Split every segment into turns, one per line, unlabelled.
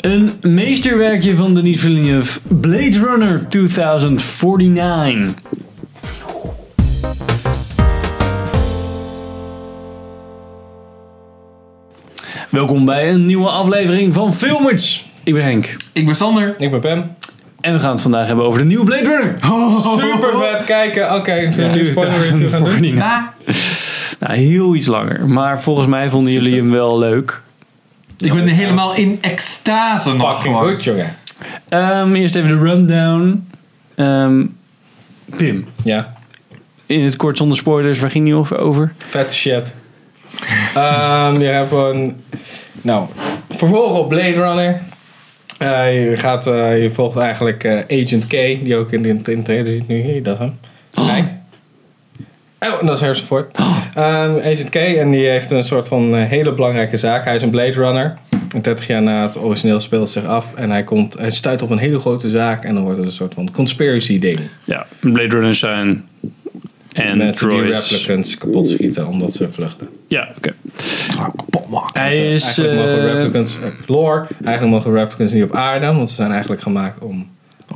Een meesterwerkje van Denis Villeneuve. Blade Runner 2049. Welkom bij een nieuwe aflevering van Filmers. Ik ben Henk.
Ik ben Sander.
Ik ben Pam.
En we gaan het vandaag hebben over de nieuwe Blade Runner.
Super vet kijken. Oké, zullen we nu spoiler review gaan doen?
2049.
Na.
Nou, heel iets langer. Maar volgens mij vonden jullie hem wel leuk.
Ik ben helemaal in extase nog
Fucking
gewoon.
goed, jongen.
Ehm, eerst even de rundown. Ehm, Pim,
Ja,
in het kort zonder spoilers, waar ging die over- over?
vette shit. Ehm, je hebt een... Nou, vervolg op Blade Runner. Eh, je, gaat, eh, je volgt eigenlijk eh, Agent K, die ook in de, in de trailer zit nu. Hier, dat is hem. Kijk. Oh, dat is Harrison Ford. Ehm, Agent K, en die heeft een soort van eh, hele belangrijke zaak. Hij is een Blade Runner. En 30 jaar na het origineel speelt het zich af. En hij, komt, hij stuit op een hele grote zaak. En dan wordt het een soort van conspiracy ding.
Ja, Blade Runners zijn. En
Met die
Troy's.
replicants kapot schieten omdat ze vluchten.
Ja, oké.
Kapot maken.
Hij is.
eigenlijk mogen
eh,
replicants eh, lore. Eigenlijk mogen replicants niet op aarde, want ze zijn eigenlijk gemaakt om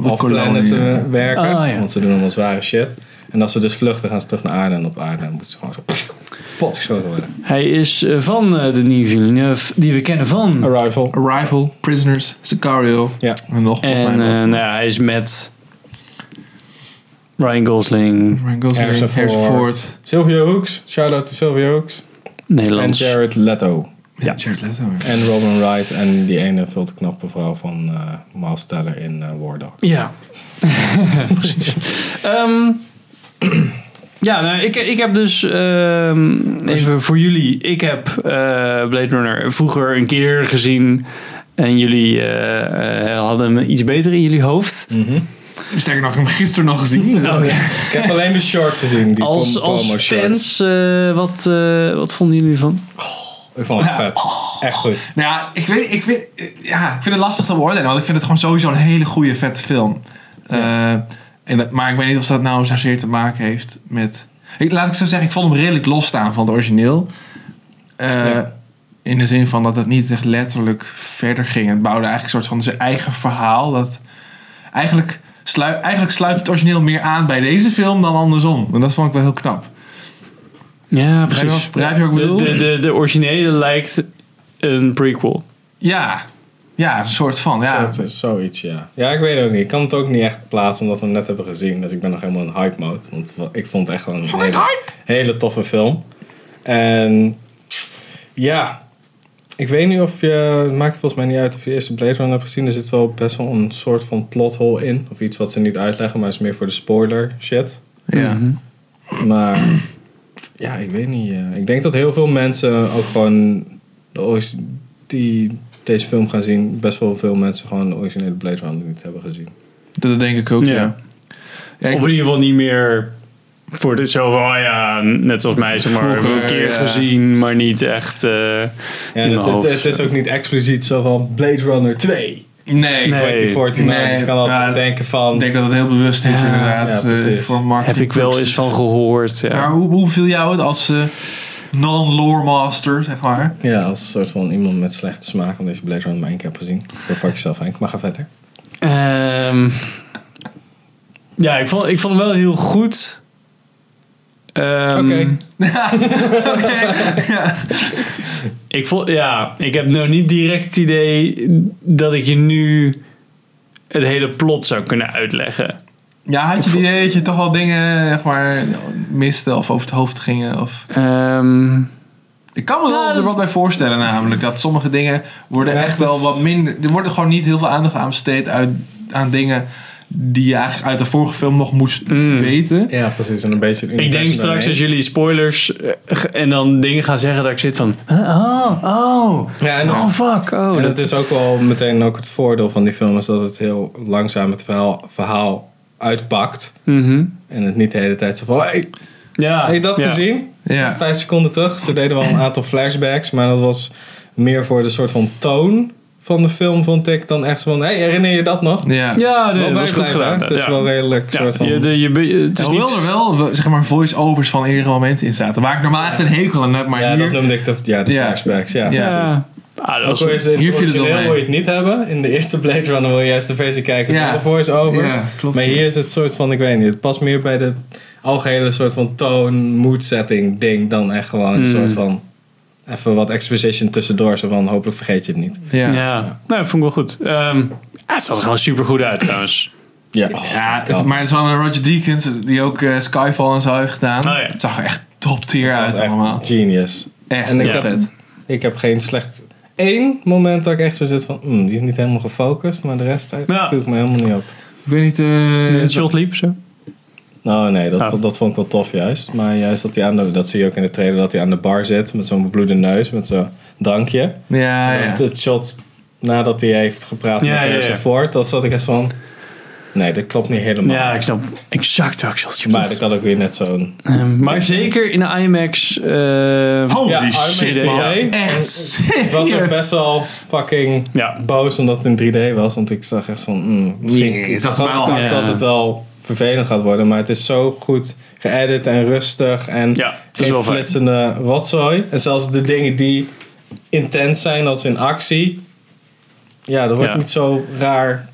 de
op planet te
kolonie.
eh, werken.
Ah, ja.
Want ze doen allemaal zware shit. En als ze dus vluchten, gaan ze terug naar aarde en op aarde moeten ze gewoon zo pot geschoten worden.
hij is eh, van eh, de nieuwe Villeneuve, die we kennen van.
Arrival.
Arrival, Prisoners, Sicario.
Ja.
En nog volgens
En
mij
eh,
wat.
nou ja, hij is met. Ryan Gosling,
Ryan Gosling,
Harrison
Harrison
Ford.
Ford.
Silvio Hooks. Shout out to Silvio Hooks. En
Nederlands.
Jared Leto.
Ja.
Jared Leto.
En Robin Wright. En die ene veel te knappe vrouw van eh Miles Teller in eh, War Dog.
Ja, precies. Ehm, ja, nou, ik, ik heb dus ehm, even voor jullie. Ik heb eh, Blade Runner vroeger een keer gezien. En jullie eh, eh, hadden hem iets beter in jullie hoofd.
Sterker nog, ik heb hem gisteren nog gezien. Dus
Ik heb alleen de short gezien. Oh, Die
Als,
pom- promo
als
short.
fans, eh, wat, eh, wat vonden jullie ervan?
Ik vond het
Ja.
vet. Echt goed.
Nou ja, ik, weet, ik, weet, ja, ik vind het lastig te beoordelen. Want ik vind het gewoon sowieso een hele goede, vette film. Eh, en dat, maar ik weet niet of dat nou zozeer te maken heeft met... Ik, laat ik zo zeggen, ik vond hem redelijk losstaan van het origineel. Eh,
Ja.
In de zin van dat het niet echt letterlijk verder ging. Het bouwde eigenlijk een soort van zijn eigen verhaal. Dat eigenlijk, slui- eigenlijk sluit het origineel meer aan bij deze film dan andersom. En dat vond ik wel heel knap.
Ja,
Begrijp je
precies.
wat- begrijp je wat ik
De,
bedoel?
de, de, de originele lijkt een prequel.
Ja, ja een soort van. Ja.
Zo- zoiets, ja. Ja, ik weet het ook niet. Ik kan het ook niet echt plaatsen omdat we hem net hebben gezien. Dus ik ben nog helemaal in hype mode. Want wa- ik vond het echt wel een hele, hele toffe film. En ja, ik weet niet of je... Het maakt volgens mij niet uit of je de eerste Blade Runner hebt gezien. Er zit wel best wel een soort van plot hole in. Of iets wat ze niet uitleggen, maar is meer voor de spoiler shit.
Ja.
Mhm.
Maar ja, ik weet niet. eh, ik denk dat heel veel mensen ook gewoon de orig- die deze film gaan zien, best wel veel mensen gewoon de originele Blade Runner niet hebben gezien.
Dat denk ik ook,
Ja.
ja. Ja, ik-
Of in ieder geval niet meer voor dit zo van, oh ja, net zoals mij, zeg maar,
Vroeger,
een keer
ja.
gezien, maar niet echt. eh,
Ja,
In
en het,
mijn
het,
hoofd,
het is ook niet expliciet zo van Blade Runner 2.
nee,
Nee.
2014, nou,
Nee.
dus je kan altijd
Ja,
denken van...
ik denk dat het heel bewust is,
Ja,
inderdaad.
ja,
eh,
precies.
voor marketing
heb ik wel eens
purposes.
van gehoord.
Maar
Ja.
hoe, hoe viel jou het als eh, non-lore master, zeg maar?
ja, als een soort van iemand met slechte smaak, omdat je Blade Runner maar één keer hebt gezien. Dat pak je zelf aan. Ik mag gaan verder.
Ehm, ja, ik vond, ik vond hem wel heel goed. Ehm,
Oké.
ja.
Ik vond, ja, ik heb nou niet direct het idee dat ik je nu het hele plot zou kunnen uitleggen.
ja, had je het idee dat je toch wel dingen zeg maar, miste of over het hoofd gingen? Of...
Ehm,
Ik kan me
Ja,
wel
dat
er
is-
wat bij voorstellen namelijk. Dat sommige dingen worden
Ja,
echt
dat
wel
is-
wat minder... Er wordt gewoon niet heel veel aandacht aan besteed uit, aan dingen... die je eigenlijk uit de vorige film nog moest
Mm.
weten.
Ja, precies. En een beetje het
Ik denk
universum
straks als
daarheen.
jullie spoilers eh, ge- en dan dingen gaan zeggen dat ik zit van... "Huh? Oh, oh,
Ja, en
oh fuck, oh.
en
dat-
dat is ook wel meteen ook het voordeel van die film is dat het heel langzaam het verhaal, verhaal uitpakt.
Mhm.
En het niet de hele tijd zo van, hey,
Ja.
heb je dat
Ah, ja.
gezien?
Ja.
Vijf seconden terug. Ze deden wel een aantal flashbacks, maar dat was meer voor de soort van toon van de film, vond ik. Dan echt zo van, hey, herinner je dat nog?
Ja.
Ja, nee, dat
Wel
was goed
bijblijven,
gedaan.
hè? Het is
ja.
wel redelijk
Ja,
soort van...
je, de, je, be- je- het is
Hoewel er
niet...
wel we- zeg maar, voice-overs van eerdere momenten in zaten. Waar ik normaal echt een hekel aan heb, maar
ja,
hier...
dat noemde ik de, ja, de
Ja.
flashbacks.
Ja.
Ja, precies.
Ja. Ah,
Ook
dat
al is
was,
het
Hier viel het wel
origineel
mee.
wil je het niet hebben. In de eerste Blade Runner wil je juist de versie kijken
Ja.
van de voice-overs.
Ja, klopt.
maar hier is het soort van, ik weet niet, het past meer bij de algehele soort van toon, mood setting ding dan echt gewoon
Mm.
Hmm.
een soort van even wat exposition tussendoor. Zo van, hopelijk vergeet je het niet.
Ja.
ja. Nou, dat vond ik wel goed. Ehm, ah, het zag er gewoon super goed uit trouwens.
Ja,
Ja, het- maar het is wel een Roger Deakins die ook eh, Skyfall en zo heeft gedaan.
Oh, ja.
Het zag er echt top tier
dat
uit
is echt
allemaal.
genius.
Echt
En ik
heel
heb-
vet.
Ik heb geen slecht... één moment dat ik echt zo zit van, "Hmm, die is niet helemaal gefocust, maar de rest eh,
Ja.
viel ik me helemaal niet
Ik
op.
weet niet... eh,
Een shot liep zo.
Nou nee, dat,
Ah.
vond- dat vond ik wel tof juist. Maar juist dat hij aan de, dat zie je ook in de trailer, dat hij aan de bar zit met zo'n bebloede neus, met zo'n drankje.
Ah, ja,
En
ja.
het, het shot nadat hij heeft gepraat
Ja,
met
ja,
Harrison
ja.
Ford, dat zat ik echt van, nee, dat klopt niet helemaal.
Ja, ik snap exact welk shot je
Maar
bedoelt.
dat had ook weer net zo'n...
Ehm, maar zeker in de IMAX. eh
Holy
Ja,
shit,
IMAX
ja.
2D.
Echt
Ik was ook
serieus.
best wel fucking
Ja.
boos omdat het in 3D was, want ik zag echt van, mm,
Nee,
misschien
ik zag
zag
het wel.
kans
Ja.
dat het wel vervelend gaat worden, maar het is zo goed geëdit en rustig en...
Ja, dat is
Geen
wel vet.
flitsende rotzooi. En zelfs de dingen die intens zijn als in actie. Ja, dat wordt
Ja.
niet zo raar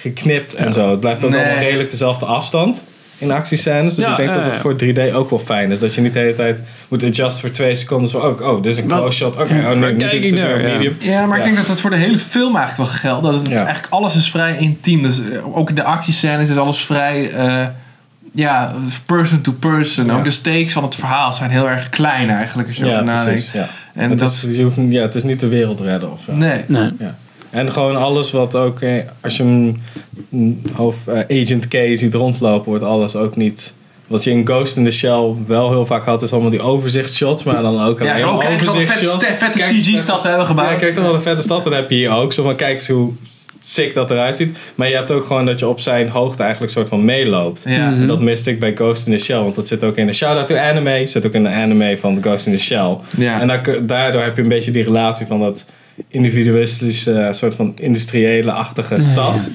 geknipt en
Ja.
zo. Het blijft ook
Nee.
allemaal redelijk dezelfde afstand in actiescènes. Dus
Ja,
ik denk
ja,
dat dat
ja.
voor 3D ook wel fijn is. Dat je niet de hele tijd moet adjust voor twee seconden. Zo, oh, oh dit is een
Wat?
close shot. Oké, oh nee,
Waar
nu
kijk
zit
ik
er
naar?
een
Ja.
medium.
Ja, maar ik
Ja.
denk dat dat voor de hele film eigenlijk wel geldt. Dat het,
Ja.
Eigenlijk alles is vrij intiem. Dus eh, ook in de actiescènes is alles vrij... eh, ja, person to person.
Ja.
Ook de stakes van het verhaal zijn heel erg klein eigenlijk, als je
Ja,
erover
precies.
nadenkt.
Ja.
En
het,
dat...
is, je hoeft, niet- ja, het is niet de wereld redden of zo.
nee.
Nee.
En gewoon alles wat ook, eh, als je hem mm, of eh, Agent K ziet rondlopen, wordt alles ook niet. Wat je in Ghost in the Shell wel heel vaak had, is allemaal die overzichtshots, maar dan ook
Ja,
alleen
ook
maar
kijk, zo'n vette,
overzichtshots.
ste- vette
Kijk, eh,
CG-stad hebben
Ja,
gebouwd.
kijk dan wel een vette stad, dan heb je hier ook. Zo van, kijk eens hoe sick dat eruit ziet. Maar je hebt ook gewoon dat je op zijn hoogte eigenlijk soort van meeloopt.
Ja.
En dat miste ik bij Ghost in the Shell, want dat zit ook in de shout-out to anime, zit ook in de anime van Ghost in the Shell.
Ja.
En dan kun- daardoor heb je een beetje die relatie van dat individualistische eh, soort van industriële-achtige stad.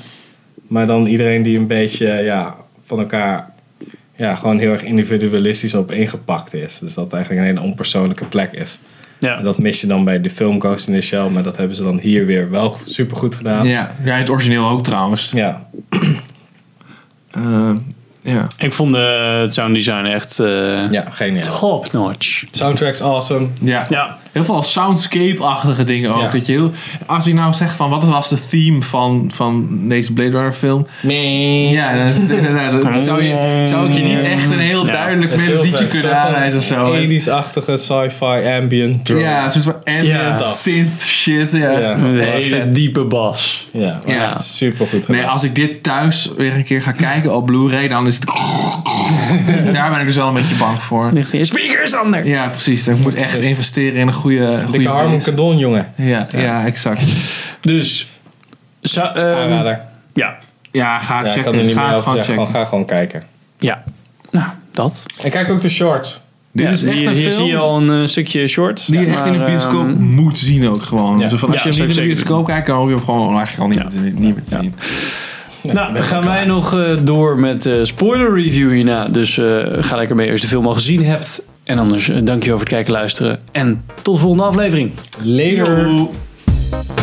Maar dan iedereen die een beetje ja, van elkaar ja, gewoon heel erg individualistisch op ingepakt is. Dus dat het eigenlijk een hele onpersoonlijke plek is.
Ja.
En dat mis je dan bij de film Ghost in the Shell, maar dat hebben ze dan hier weer wel super goed gedaan.
Ja, ja, in het origineel ook trouwens.
Ja,
Eh, ja.
Ik vond eh, het sound design echt eh,
ja, geniaal.
top notch.
Soundtrack's awesome.
Ja.
Ja.
Heel veel soundscape-achtige dingen ook.
Ja.
Dat je heel, als je nou zegt van wat was de theme van, van deze Blade Runner film.
Nee.
Ja, dan is het inderdaad. dat zou, je, zou ik je niet echt een heel
Ja.
duidelijk
Dat is heel
melodietje
vet.
kunnen
Soort van
aanwijzen of zo.
80s-achtige sci-fi ambient drone.
Ja, een soort van ambient
Ja.
synth shit. Ja.
Ja.
Met een
dat was
hele
vet.
diepe bas.
Ja, maar
Ja.
echt super goed gedaan.
Nee, als ik dit thuis weer een keer ga kijken op Blu-ray, dan is het. Daar ben ik dus wel een beetje bang voor.
Ligt in je speakers ander.
Ja, precies. Ik moet echt investeren in een goede.
Dikke
goede
Harmon
base.
Kardon, jongen.
ja, ja. exact.
Dus. zo- ehm,
Aanrader.
ja.
Ja, ga
Ja, ik kan er
checken.
niet
Ga
meer
het
over
gewoon
zeggen.
checken.
Gewoon, ga gewoon kijken.
Ja. Nou, dat.
En kijk ook de shorts.
Dit
Ja,
is echt
hier,
een
hier zie je
film
al een eh, stukje short.
die je
Ja,
echt in de
maar,
bioscoop
ehm,
moet zien ook gewoon.
ja.
Dus van, als
Ja,
je hem
zou
niet in
ik
de
zeker
bioscoop kijkt, dan hoef je hem gewoon eigenlijk al niet, niet meer te zien.
nou, gaan wij nog eh, door met eh spoiler review hierna. Dus eh, ga lekker mee als je de film al gezien hebt. En anders, eh, dankjewel voor het kijken, luisteren. En tot de volgende aflevering.
Later.
Yo.